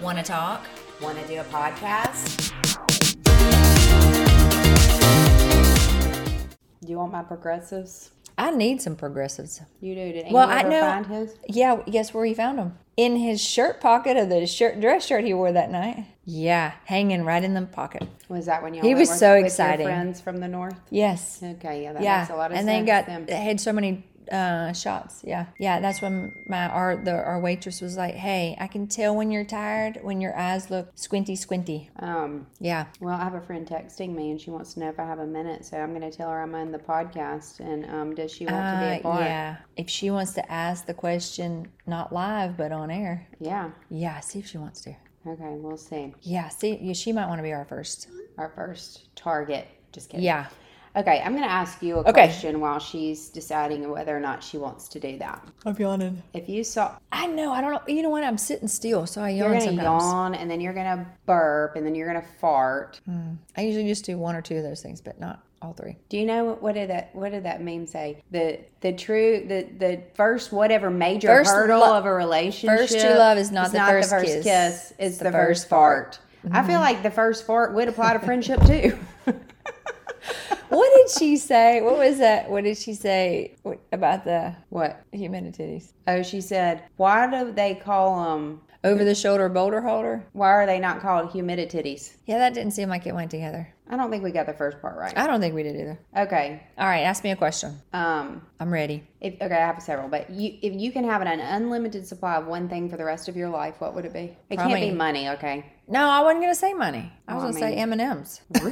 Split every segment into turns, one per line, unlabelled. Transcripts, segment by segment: Want to talk?
Want to do a podcast?
Do you want my progressives?
I need some progressives.
You do. Did
Well,
Amy
I
ever
know.
find his?
Yeah, guess where he found them? In his shirt pocket of the shirt dress shirt he wore that night. Yeah, hanging right in the pocket.
Was that when you?
He
all
was
were
so
with your
exciting.
friends from the north.
Yes.
Okay, yeah, that
yeah,
makes a lot of
and
sense.
they got
then.
they had so many uh, shots. Yeah, yeah. That's when my our the our waitress was like, "Hey, I can tell when you're tired when your eyes look squinty, squinty."
Um,
Yeah,
well, I have a friend texting me, and she wants to know if I have a minute, so I'm going to tell her I'm on the podcast, and um, does she want to be
Uh,
a part?
yeah. If she wants to ask the question, not live but on air.
Yeah.
Yeah, see if she wants to.
Okay, we'll see.
Yeah, see, yeah, she might want to be our first.
Our first target. Just kidding.
Yeah.
Okay, I'm going to ask you a
Okay.
question while she's deciding whether or not she wants to do that.
I'm yawning.
If you saw,
I know. I don't know. You know what? I'm sitting still, so I
you're
yawn
going to
sometimes.
yawn, and then you're going to burp, and then you're going to fart.
I usually just do one or two of those things, but not all three.
Do you know what, what did that what did that meme say? The the true the the first whatever major
First
hurdle
lo-
of a relationship.
first true love is not the first kiss.
It's the, first fart. I
Mm-hmm.
feel like the first fart would apply to friendship too.
What did she say? What was that? What did she say What- about the
what?
humanities?
Oh, she said, why do they call them?
Over the shoulder boulder holder?
Why are they not called humidities?
Yeah, that didn't seem like it went together.
I don't think we got the first part right.
I don't think we did either.
Okay.
All right, ask me a question.
Um.
I'm ready.
If, okay, I have several, but you, if you can have an unlimited supply of one thing for the rest of your life, what would it be? It can't
Probably-
be money, okay?
No, I wasn't gonna say money. I was
Well,
gonna
I
say M and M's. I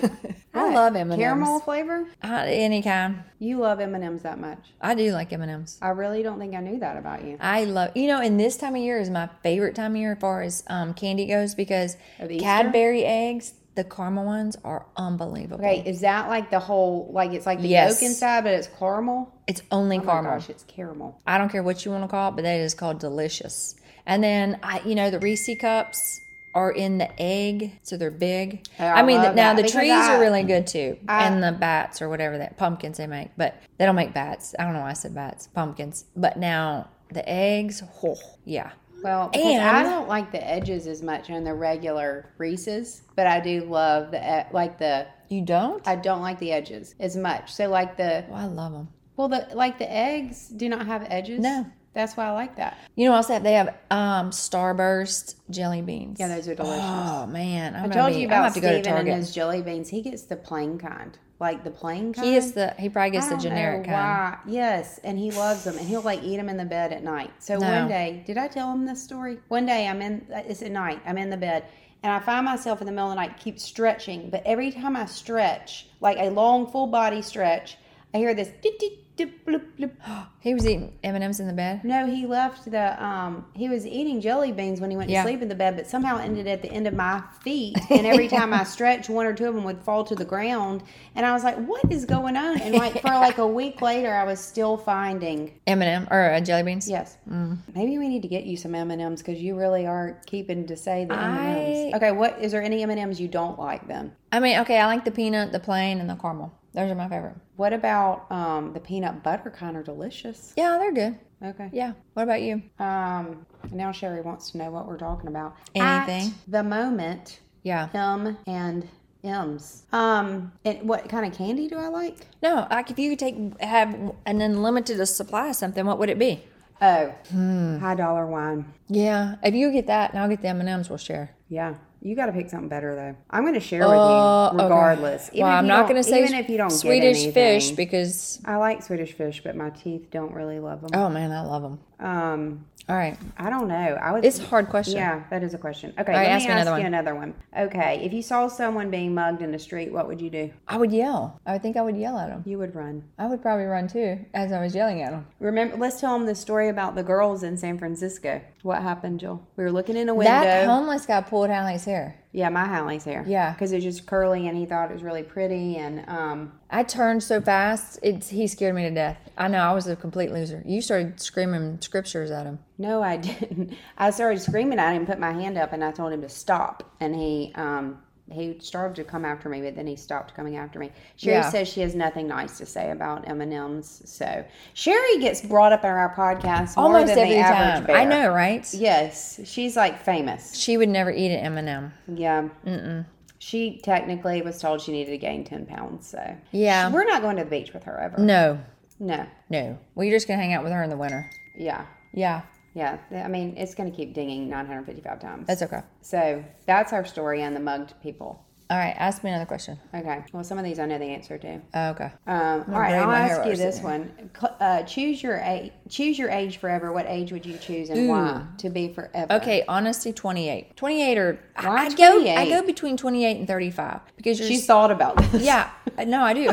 What?
love M and M's.
Caramel flavor?
any kind.
You love M and M's that much?
I do like M and M's.
I really don't think I knew that about you.
I love you know, and this time of year is my favorite time of year as far as um, candy goes because
Of Easter?
Cadbury eggs, the caramel ones are unbelievable.
Okay, is that like the whole like it's like the
Yes.
yolk inside, but it's caramel?
It's only
Oh my
caramel.
gosh, it's caramel.
I don't care what you want to call it, but that is called delicious. And then I, you know, the Reese cups are in the egg, so they're big.
Oh, I
I, mean,
love
now
that
the
because
trees
I-
are really good too,
I-
and the bats or whatever that pumpkins they make, but they don't make bats. I don't know why I said bats, pumpkins. But now the eggs, oh, yeah,
Well, because I
And-
don't like the edges as much on the regular Reese's, but I do love the e- like the
you don't?
I don't like the edges as much. So like the
oh, I love them.
well the like the eggs do not have edges.
No.
That's why I like that.
You know, what else they have they have um, Starburst jelly beans.
Yeah, those are delicious.
Oh man, I'm
I
gonna
told
be-
you
I'm gonna
about
have to go to
Steven and
Target.
his jelly beans. He gets the plain kind, like the plain kind.
he is the he probably gets
I
the
don't know
generic kind.
Why. Yes, and he loves them, and he'll like eat them in the bed at night. So
No.
one day, did I tell him this story? One day, I'm in. uh, It's at night. I'm in the bed, and I find myself in the middle of the night keep stretching, but every time I stretch, like a long full body stretch, I hear this. "Dit, dit, dit, bloop, bloop."
He was eating M and M's in the bed.
No, he left the. Um, he was eating jelly beans when he went
Yeah.
to sleep in the bed, but somehow ended at the end of my feet. And every time I stretched, one or two of them would fall to the ground. And I was like, "What is going on?" And like for like a week later, I was still finding.
M&M or uh, jelly beans. Mm.
Yes, maybe we need to get you some M and M's because you really are keeping to say the M
I-
and M's. Okay, what is there any M and M's you don't like then?
I mean, okay, I like the peanut, the plain, and the caramel. Those are my favorite.
What about um, the peanut butter kind are delicious?
Yeah, they're good.
Okay.
Yeah. What about you?
Um, now Sherry wants to know what we're talking about.
Anything.
At the moment,
Yeah.
M and M's. Um, and what kind of candy do I like?
No, like if you could take have an unlimited supply of something, what would it be?
Oh,
Hmm.
high dollar wine.
Yeah, if you get that, and I'll get the M and M's, we'll share.
Yeah, you got to pick something better though. I'm going to share
Uh,
with you regardless.
Okay. Well, I'm not going to say
even if you don't get
Swedish fish
anything.
because
I like Swedish fish, but my teeth don't really love them.
oh man, I love them.
Um,
All right,
I don't know. I would.
it's a hard question.
yeah, that is a question. Okay,
right,
let
ask
me
me
ask
another
you
one.
another one. Okay, if you saw someone being mugged in the street, what would you do?
I would yell. I would think I would yell at them.
You would run.
I would probably run too as I was yelling at them.
Remember, let's tell them the story about the girls in San Francisco. What happened, Jill? We were looking in a window.
That homeless guy pulled Hallie's hair.
Yeah, my Hallie's hair.
Yeah.
because it's just curly, and he thought it was really pretty. And um,
I turned so fast, it's he scared me to death. I know I was a complete loser. You started screaming scriptures at him.
no, I didn't. I started screaming at him, put my hand up, and I told him to stop. And he um, he started to come after me, but then he stopped coming after me. Sherry
Yeah.
says she has nothing nice to say about M and M's. So Sherry gets brought up in our podcast more
Almost
than
every
the average
time. I
bear.
know, right?
Yes, she's like famous.
She would never eat an M&M.
Yeah. Mm-mm. She technically was told she needed to gain ten pounds. So
Yeah.
we're not going to the beach with her ever.
No,
No.
no. Well, you're just gonna hang out with her in the winter.
Yeah.
Yeah,
Yeah. I mean, it's going to keep dinging 955 times.
that's okay.
so that's our story on the mugged people.
All right, ask me another question.
Okay. Well, some of these I know the answer to.
Oh, okay.
Um, all right,
braid
I'll
my hair
ask
while
you
we're
this
sitting
one. Cl- Uh, choose your age. Choose your age forever. What age would you choose, and why to be forever?
Okay, honesty, 28. 28 or I-
Why
I go, I
28?
go between 28 and 35 because you're.
She's thought about this.
yeah, I- no, I do.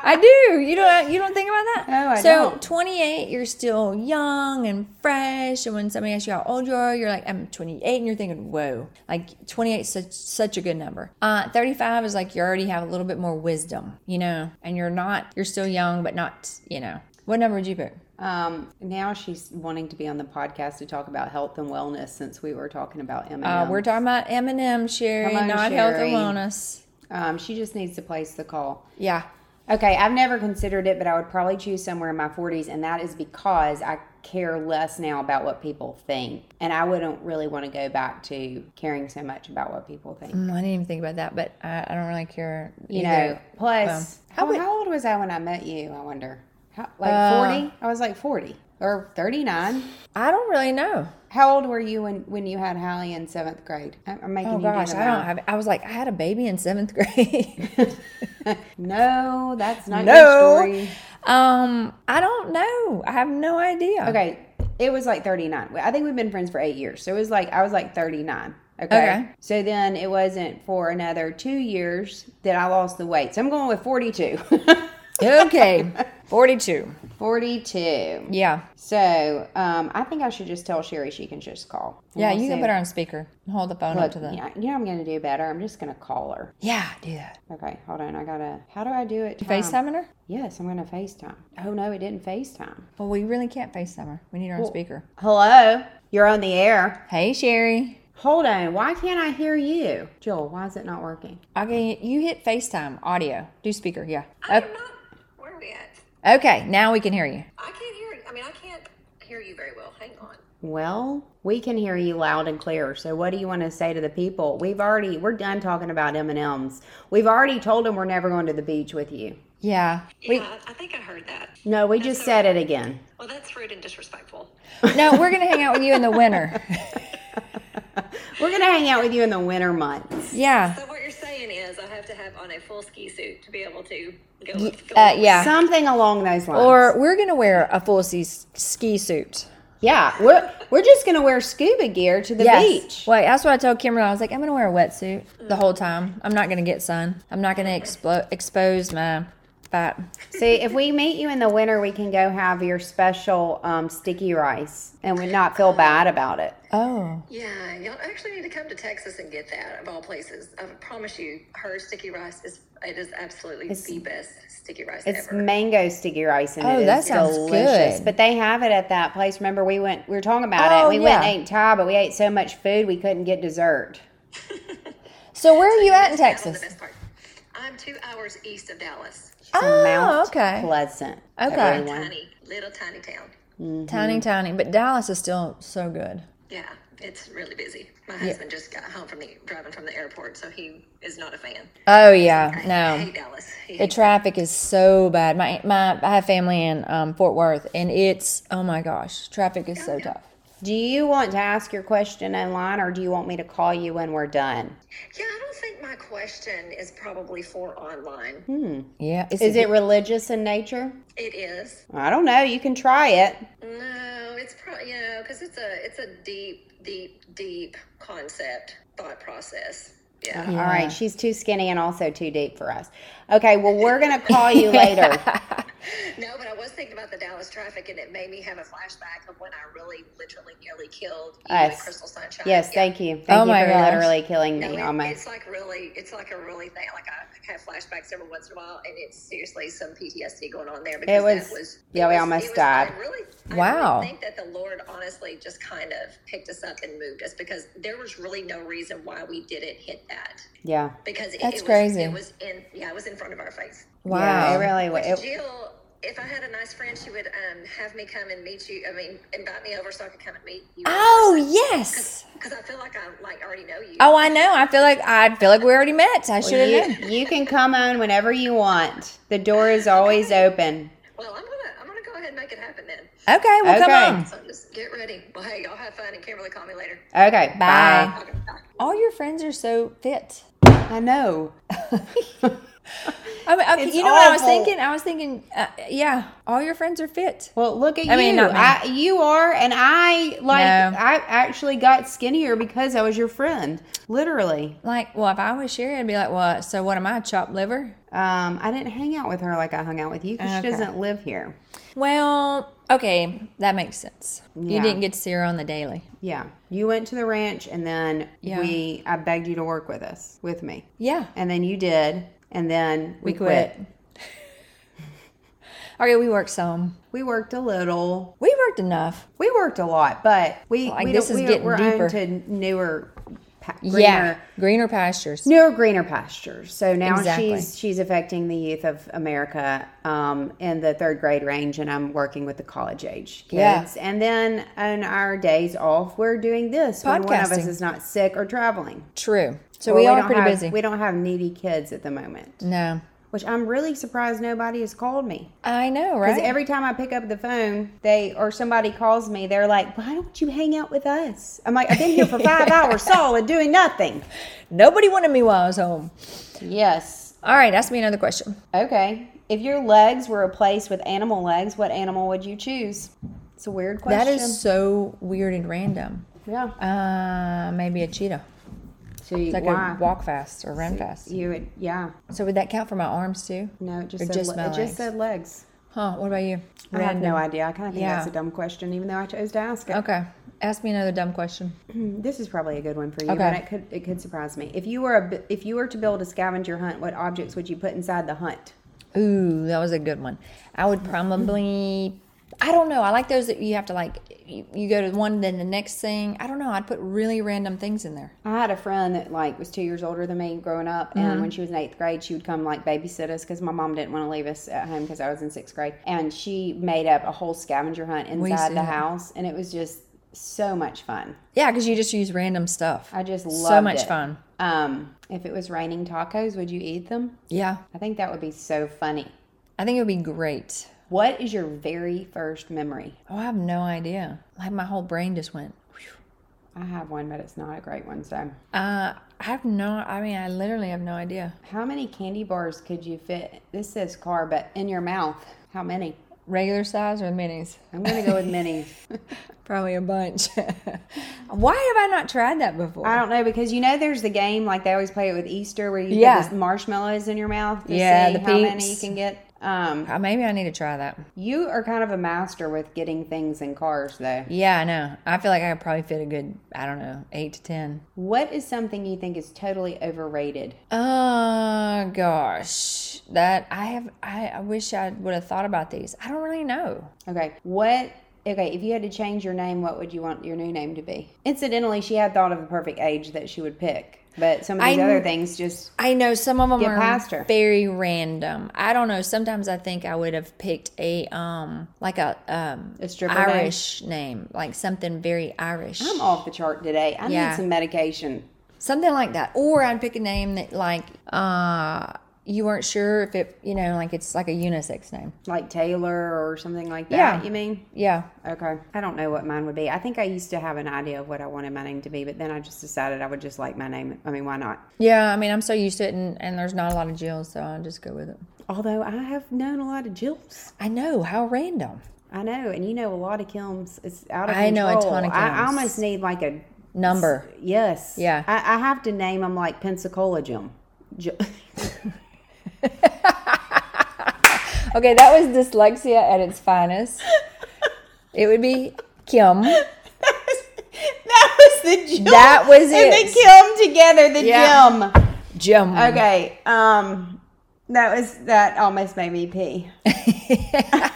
I do. You don't. You don't think about that.
No, I
so
don't.
28, you're still young and fresh, and when somebody asks you how old you are, you're like, I'm 28, and you're thinking, whoa, like 28 is such such a good number. Uh, 35 is like you already have a little bit more wisdom, you know, and you're not, you're still young, but not, you know, what number would you pick?
Um, now she's wanting to be on the podcast to talk about health and wellness since we were talking about M
Uh,
and
we're talking about Eminem, Sherry,
Come on,
not health
Sherry.
and wellness.
Um, she just needs to place the call.
Yeah.
Okay, I've never considered it, but I would probably choose somewhere in my 40s, and that is because I care less now about what people think. And I wouldn't really want to go back to caring so much about what people think.
Mm, I didn't even think about that, but I, I don't really care.
You
either.
know, plus,
Um, I
how,
would-
how old was I when I met you? I wonder. How,
Uh,
like 40? I was like 40 or 39.
I don't really know.
How old were you when, when you had Hallie in seventh grade? I'm, I'm making
Oh
you
gosh,
do the
I don't
math.
have. I was like, I had a baby in seventh grade.
No, that's not
No.
your story.
um, I don't know. I have no idea.
Okay, it was like 39. I think we've been friends for eight years. So it was like, I was like 39. Okay.
Okay.
So then it wasn't for another two years that I lost the weight. So I'm going with 42.
okay, forty-two.
42.
Yeah,
So um, I think I should just tell Sherry she can just call. And
yeah.
we'll
You can
see.
put her on speaker and hold the phone up
Look,
to the. Yeah,
yeah, you know what I'm going to do better? I'm just going to call her.
do that.
Okay, hold on. I got to. How do I do it? Time?
FaceTiming her.
Yes, I'm going to FaceTime. Oh, no, it didn't FaceTime.
Well, we really can't FaceTime her. We need her on speaker.
Hello? You're on the air.
Hey, Sherry.
Hold on. Why can't I hear you? Joel, why is it not working?
Okay, you hit FaceTime audio. Do speaker. Yeah.
I don't know. Where are we at?
Okay, now we can hear you.
I can't hear I mean, I can't hear you very well. Hang on.
Well, we can hear you loud and clear. So, what do you want to say to the people? We've already we're done talking about M and M's. We've already told them we're never going to the beach with you.
Yeah. We,
Yeah, I I think I heard that.
No, we just said it again.
Well, that's rude and disrespectful.
no, we're gonna hang out with you in the winter.
We're gonna hang out with you in the winter months.
Yeah.
So what you're saying is I have to have on a full ski suit to be able to go. go
Uh, yeah.
Something along those lines.
Or we're gonna wear a full ski, ski suit.
yeah, we're we're just gonna wear scuba gear to the beach.
Well, that's what I told Kimberly. I was like, I'm gonna wear a wetsuit the whole time. I'm not gonna get sun. I'm not gonna explo- expose my fat.
See, if we meet you in the winter, we can go have your special um, sticky rice and would not feel bad about it.
Oh.
Yeah, y'all actually need to come to Texas and get that of all places. I promise you, her sticky rice is it is absolutely the best sticky rice
It's
ever.
mango sticky rice and
Oh,
it is
that sounds
delicious.
good.
But they have it at that place. Remember, we went. We were talking about
Oh,
it. We went
yeah.
and ate Thai, but we ate so much food we couldn't get dessert.
So where are you at in
That was
Texas?
the best part. I'm two hours east of Dallas.
From
Oh,
Mount
okay.
Pleasant.
Okay.
everyone.
Tiny, little tiny town.
Tiny, tiny. But Dallas is still so good.
Yeah, it's really busy. My husband just got home from the driving from the airport, so he is not a fan.
Oh yeah.
I
No.
hate Dallas. He
The
hates
traffic is so bad. My my I have family in um, Fort Worth, and it's oh my gosh, traffic is so tough.
Do you want to ask your question online, or do you want me to call you when we're done?
yeah, I don't think my question is probably for online.
Yeah.
Is it religious in nature?
It is.
I don't know. You can try it.
No, it's probably you know because it's a it's a deep, deep, deep concept thought process. Yeah.
All right, she's too skinny and also too deep for us. Okay, well, we're going to call you later.
No, but I was thinking about the Dallas traffic, and it made me have a flashback of when I really, literally, nearly killed you
Us.
and Crystal Sunshine.
Yes,
Yeah.
thank you. Thank
Oh
you
my
for
gosh.
literally killing
No,
me
it-
almost.
it's like really, it's like a really thing. Like I have flashbacks every once in a while, and it's seriously some PTSD going on there. Because
was-
that was
yeah,
it
we
was-
almost
it was-
died.
I really, I
Wow.
really think that the Lord honestly honestly just kind of picked us up and moved us because there was really no reason why we didn't hit that
Yeah.
because it,
That's
it was,
crazy.
It was in yeah, it was in front of our face.
Wow.
Yeah, it really was.
Which
It-
Jill, if I had a nice friend, she would um, have me come and meet you. I mean, invite me over so I could come and meet you.
Oh yes.
because I feel like I like already know you.
Oh, I know. I feel like I feel like we already met. I should have
You,
known.
you can come on whenever you want. The door is always open.
Well, I'm gonna I'm gonna go ahead and make it happen then.
Okay, well
Okay.
come on.
So just get ready. Well, hey, y'all have fun, and Kimberly, call me later.
Okay.
Bye.
Okay, bye.
All your friends are so fit.
bye. I know.
I mean, okay,
It's
you know what I was
awful.
thinking? I was thinking, uh, yeah, all your friends are fit.
Well, look at
I
you.
mean, not me.
I, you are, and I like.
No.
I actually got skinnier because I was your friend. Literally.
Like, well, if I was Sherry, I'd be like, well, so what am I, chopped liver?
Um, I didn't hang out with her like I hung out with you because
Okay.
she doesn't live here.
Well, okay, that makes sense. You
Yeah.
didn't get to see her on the daily.
Yeah. You went to the ranch, and then
Yeah.
we. I begged you to work with us, with me,
Yeah,
and then you did, and then we,
we
quit.
quit. okay, we worked some.
We worked a little.
We worked enough.
We worked a lot, but we
Like,
we
this
don't-
is
we-
getting
we're
deeper.
on to newer, pa- greener,
Yeah, greener pastures.
newer, greener pastures. So now
Exactly.
she's she's affecting the youth of America um, in the third grade range, and I'm working with the college age
Yeah.
kids. And then on our days off, we're doing this when one of us
Podcasting.
is not sick or traveling.
True. So
Or
we, are
don't
pretty
have-
busy.
We don't have needy kids at the moment,
no,
which I'm really surprised nobody has called me.
I know,
Because
right?
every time I pick up the phone, they or somebody calls me, they're like, "Why don't you hang out with us?" I'm like, "I've been here for five hours solid doing nothing."
Nobody wanted me while I was home.
Yes.
All right, ask me another question.
Okay. If your legs were replaced with animal legs, what animal would you choose? It's a weird question.
That is so weird and random.
yeah.
Uh, maybe a cheetah.
So you,
It's like
why?
a walk fast or run fast.
you would yeah.
So would that count for my arms too?
No, it just
Or
said
just
le-
my
it
legs.
just said legs.
Huh? What about you?
I have no
Random.
idea. I kind of think
Yeah.
that's a dumb question, even though I chose to ask it. Mm,
Okay. Ask me another dumb question.
This is probably a good one for you,
Okay.
but it could it could surprise me. If you were a bu- if you were to build a scavenger hunt, what objects would you put inside the hunt?
Ooh, that was a good one. I would probably. I don't know. I like those that you have to like. You, you go to one, then the next thing. I don't know. I'd put really random things in there.
I had a friend that like was two years older than me growing up,
Mm-hmm.
and when she was in eighth grade, she would come like babysit us because my mom didn't want to leave us at home because I was in sixth grade, and she made up a whole scavenger hunt
see
inside the
that.
house, and it was just so much fun.
Yeah, because you just use random stuff.
I just loved
so much
it.
fun.
Um, if it was raining tacos, would you eat them?
Yeah,
I think that would be so funny.
I think it would be great.
What is your very first memory?
Oh, I have no idea. Like my whole brain just went.
I have one, but it's not a great one. So,
Uh, I have no. I mean, I literally have no idea.
how many candy bars could you fit? This says car, but in your mouth, how many?
Regular size or minis?
I'm gonna go with minis.
Probably a bunch. Why have I not tried that before?
I don't know because you know there's the game like they always play it with Easter where you
Yeah.
put the marshmallows in your mouth to
Yeah,
see
the
how many you
peeps.
can get. Um,
Uh, Maybe I need to try that.
you are kind of a master with getting things in cars though.
Yeah, I know. I feel like I could probably fit a good, I don't know, eight to ten.
What is something you think is totally overrated?
Oh gosh, that I have. I, I wish I would have thought about these. I don't really know.
Okay, what? Okay, if you had to change your name, what would you want your new name to be? Incidentally, she had thought of the perfect age that she would pick, but some of these
I-
other things just
I know some of them
Get
are
past her.
very random. I don't know. Sometimes I think I would have picked a um like a um
A stripper name?
Irish name. like something very Irish,
I'm off the chart today. I
Yeah.
need some medication.
something like that. Or I'd pick a name that like uh you weren't sure if it you know like it's like a unisex name.
Like Taylor or something like that.
Yeah.
You mean?
Yeah,
Okay. I don't know what mine would be. I think I used to have an idea of what I wanted my name to be, but then I just decided I would just like my name. I mean, why not?
yeah. I mean, I'm so used to it, and, and there's not a lot of Jills, so I'll just go with it.
Although I have known a lot of Jills.
I know how random.
I know, and you know a lot of Kilms. It's out of
I know
control.
a ton of
I, I
Kilms.
almost need like a
Number.
Yes.
Yeah.
I, I have to name them like Pensacola Jim. J-
Okay, that was dyslexia at its finest. it would be Kim.
that was the Jim.
That was
and
it.
the Kilm together. The
Yeah.
Jim.
Jim.
Okay. Um, that was that almost made me pee.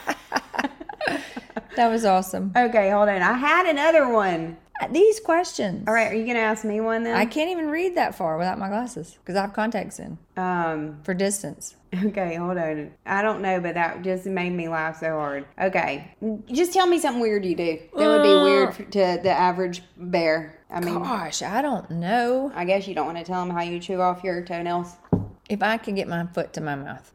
That was awesome. Uh,
Okay, hold on. I had another one.
These questions.
All right, are you gonna ask me one
I
then?
can't even read that far without my glasses because I have contacts in
um.
for distance.
Okay, hold on. I don't know, but that just made me laugh so hard. Okay, just tell me something weird you do. That would be weird f- to the average bear. I mean,
Gosh, I don't know
I guess you don't want to tell them how you chew off your toenails.
if I can get my foot to my mouth.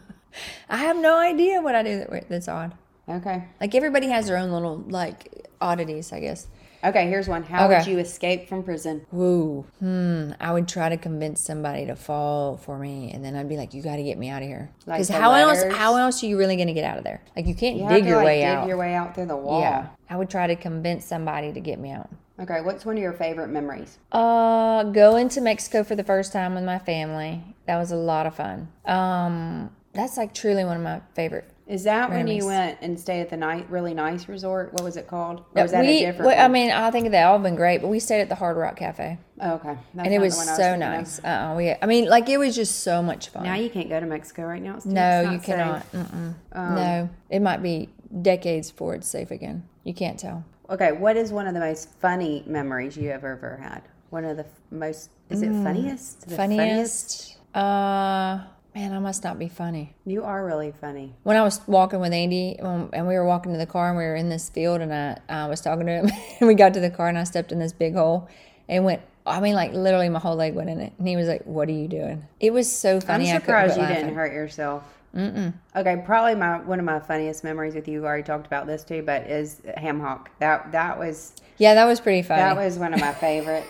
I have no idea what I do that, that's odd.
Okay.
Like everybody has their own little like oddities, I guess.
Okay, here's one. How would
Okay.
you escape from prison?
Woo. Hmm. I would try to convince somebody to fall for me, and then I'd be like, "You got to get me out of here."
Like
Because
the
how
letters?
else? How else are you really gonna get out of there? Like you can't
You have
dig
to,
your
like,
way
dig
out.
your way out through the wall.
yeah. I would try to convince somebody to get me out.
Okay, what's one of your favorite memories?
Uh, going to Mexico for the first time with my family. That was a lot of fun. Um, that's like truly one of my favorite.
Is that when
Memories.
you went and stayed at the night really nice resort? What was it called? Or was that
we,
a different?
well, um, I
one?
mean, I think they all been great, but we stayed at the Hard Rock Cafe,
Oh, okay,
and
That's
it
not the
was
one I
so
thinking of.
nice. Uh, we, I mean, like it was just so much fun.
Now you can't go to Mexico right now. It's too-
no,
it's not
you
safe. Um,
cannot. Mm-mm. no, it might be decades before it's safe again. You can't tell.
Okay, what is one of the most funny memories you have ever had? One of the f- most is it funniest? The
Mm, Funniest. Uh, man, I must not be funny.
You are really funny.
when I was walking with Andy, um, and we were walking to the car, and we were in this field, and I, I was talking to him, and we got to the car, and I stepped in this big hole, and went. I mean, like literally, my whole leg went in it, and he was like, "What are you doing?" It was so
I'm
funny. I couldn't
surprised
quit
you
laughing.
didn't hurt yourself. Mm-mm. Okay, probably my one of my funniest memories with you. We already talked about this too, but is ham hock. That that was
Yeah, that was pretty funny.
that was one of my favorites.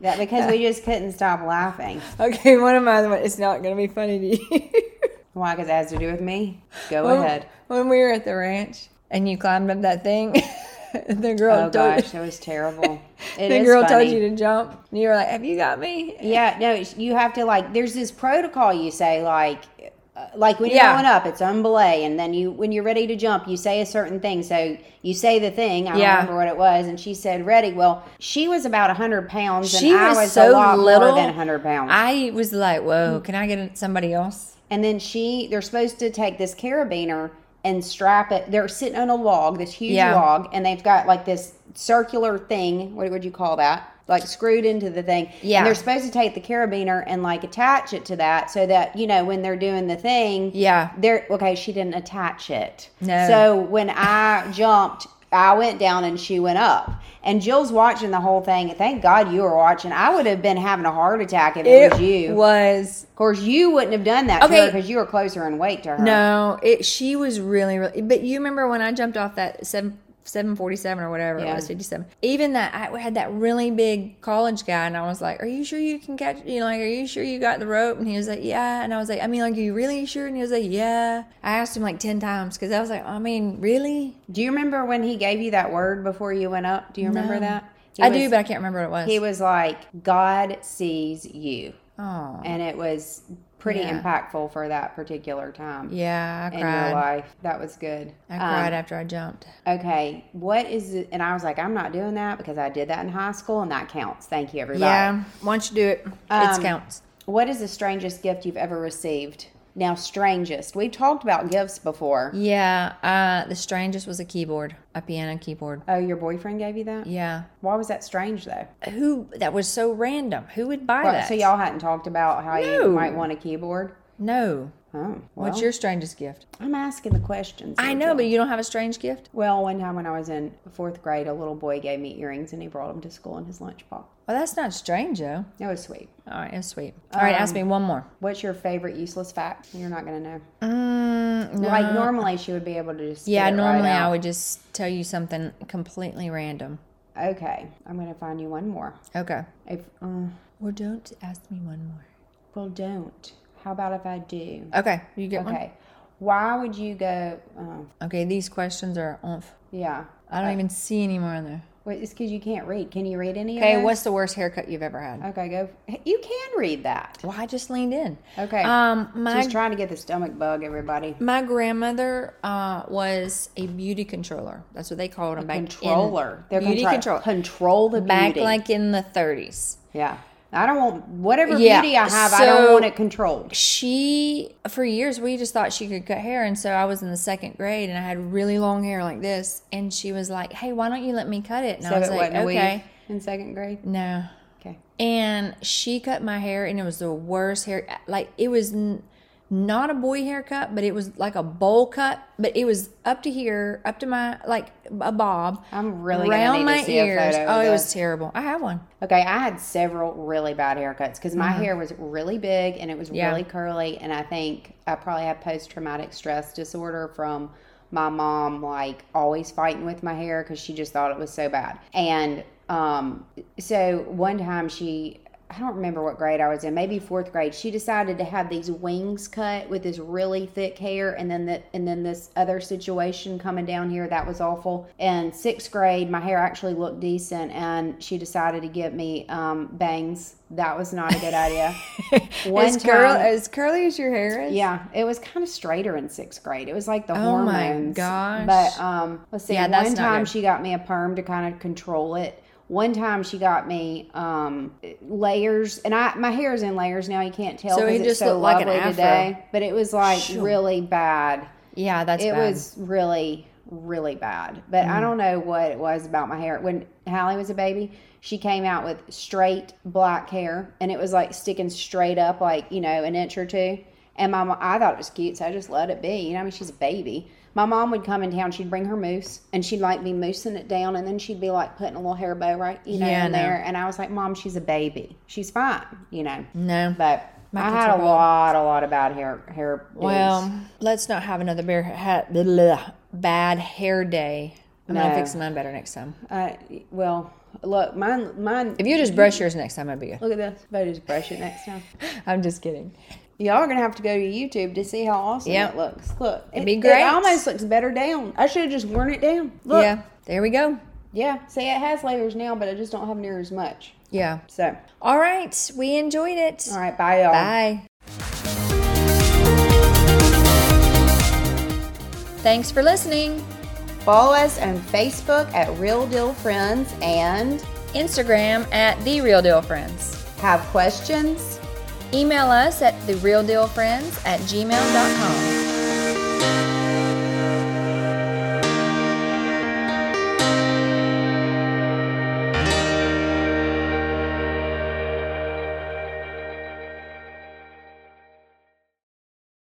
that because we just couldn't stop laughing.
okay, one of my other ones. It's not going to be funny to you.
Why? Because it has to do with me. Go ahead.
Oh, When we were at the ranch, and you climbed up that thing, the girl
Oh
told
gosh, that was terrible. It
the
is
girl
funny.
told you to jump, and you were like, "Have you got me?"
Yeah, no, it's- you have to like. There's this protocol you say like, uh, like when you're
Yeah.
going up, it's unbelay, and then you when you're ready to jump, you say a certain thing. So you say the thing. I don't
Yeah.
remember what it was, and she said ready. Well, she was about hundred pounds, and
She
I
was
was a
so
lot
little.
more than hundred pounds.
I was like, "Whoa, can I get somebody else?"
and then she, they're supposed to take this carabiner and strap it. They're sitting on a log, this huge
Yeah.
log, and they've got like this circular thing. What would you call that? Like screwed into the thing.
Yeah.
And they're supposed to take the carabiner and like attach it to that so that, you know, when they're doing the thing,
Yeah.
they're okay, she didn't attach it.
No.
So when I jumped, I went down and she went up. And Jill's watching the whole thing. and Thank God you were watching. I would have been having a heart attack if it, was you.
was
Of course, you wouldn't have done that to
Okay.
her because you were closer in weight to her.
No, it. She was really, really. But you remember when I jumped off that seven. 747 or whatever
Yeah.
it was 57 even that i had that really big college guy and i was like are you sure you can catch you know like are you sure you got the rope and he was like yeah and i was like i mean like are you really sure and he was like yeah i asked him like 10 times because i was like i mean really
Do you remember when he gave you that word before you went up? Do you remember that? He
i
was,
do but i can't remember what it was
he was like, "God sees you,"
oh
and it was pretty
Yeah.
impactful for that particular time
yeah i
in your
cried
life. That was good.
i
Um,
cried after i jumped
okay, what is it? And I was like, "I'm not doing that because I did that in high school, and that counts." Thank you, everybody.
yeah once you do it
Um,
it counts
What is the strangest gift you've ever received? Now, strangest. We've talked about gifts before.
yeah uh the strangest was a keyboard a piano keyboard
Oh, your boyfriend gave you that?
yeah
Why was that strange though?
who that was so random. Who would buy
Well,
that?
so y'all hadn't talked about how
No.
you might want a keyboard.
no.
Oh, well,
What's your strangest gift?
I'm asking the questions.
I
here,
know,
Jill.
but you don't have a strange gift.
Well, one time when I was in fourth grade, a little boy gave me earrings and he brought them to school in his lunchbox.
Well, that's not strange, though. Um,
That was sweet.
All right, that's sweet. All right, ask me one more.
What's your favorite useless fact? You're not gonna know.
Mm, no.
Like normally, she would be able to just.
yeah,
spit it right
normally I
out.
would just tell you something completely random.
Okay, I'm gonna find you one more.
Okay.
If uh,
Well, don't ask me one more.
well, don't. How about if I do?
Okay, you get one.
Okay. Why would you go? Oh,
Okay, these questions are oomph.
yeah.
I don't even see any more in there.
Wait, it's because you can't read. Can you read any
Okay,
of those?
what's the worst haircut you've ever had?
Okay, go. You can read that.
Well, I just leaned in.
Okay.
Um, my
She's trying to get the stomach bug, everybody.
My grandmother uh, was a beauty controller. That's what they called them back in-
Controller. They're
beauty control.
contro- Control the
Back
beauty.
like in the 30s.
yeah. I don't want whatever
Yeah,
beauty I have. I don't
so-
want it controlled.
she for years we just thought she could cut hair and so i was in the second grade and i had really long hair like this and she was like hey why don't you let me cut it and i was like
wasn't a weave
okay
in second grade.
no
Okay.
and she cut my hair and it was the worst hair like it was n- not a boy haircut but it was like a bowl cut but it was up to here up to my like a bob
I'm really gonna
around
need
my
to see a
ears
photo
oh
of
it
this.
was terrible i have one
Okay, I had several really bad haircuts because my hair was really big and it was
Yeah.
really curly. And I think I probably had post traumatic stress disorder from my mom, like always fighting with my hair because she just thought it was so bad. And um, so one time she, I don't remember what grade I was in, maybe fourth grade. She decided to have these wings cut with this really thick hair, and then the, and then this other situation coming down here that was awful. In sixth grade, my hair actually looked decent, and she decided to give me um, bangs. That was not a good idea. One
as, curl,
time-
as curly as your hair is
yeah, it was kind of straighter in sixth grade. It was like the
Oh my
hormones.
gosh.
But um, let's see.
Yeah, that's
one
not
time
good.
she got me a perm to kind of control it. One time she got me um, layers, and I my hair is in layers now. You can't tell
So
because
it
it's
just
so
looked like an
lovely
afro.
today. But it was like really bad.
yeah that's
it
bad. Mm-hmm.
was really really bad. But I don't know what it was about my hair. When Hallie was a baby, she came out with straight black hair, and it was like sticking straight up, like you know, an inch or two. And my mom, I thought it was cute, so I just let it be. You know, I mean, she's a baby. My mom would come in town. She'd bring her moose, and she'd like be moosing it down, and then she'd be like putting a little hair bow right, you know,
Yeah, I
in
know.
there. And I was like, Mom, she's a baby. She's fine, you know.
no
But
My
I
kids
had
are
a
wild.
lot, a lot of bad hair, hair. do's.
Well, let's not have another bear ha- blah, blah, bad hair day. I'm
No.
gonna fix mine better next time.
I, Uh, well, look, mine, mine.
If you just brush yours next time, I'd be good.
Look at this. Better just brush it next time.
I'm just kidding.
Y'all are gonna have to go to YouTube to see how awesome
Yep.
it looks. Look,
It'd be
it-
great.
It almost looks better down. I should have just worn it down. Look, yeah,
Yeah, there we go.
yeah. See, it has layers now, but I just don't have near as much.
Yeah.
So,
All right, we enjoyed it.
all right, bye, y'all.
Bye. Thanks for listening.
Follow us on Facebook at Real Deal Friends and
Instagram at the Real Deal Friends.
have questions.
Email us at the Real Deal Friends at gmail.com.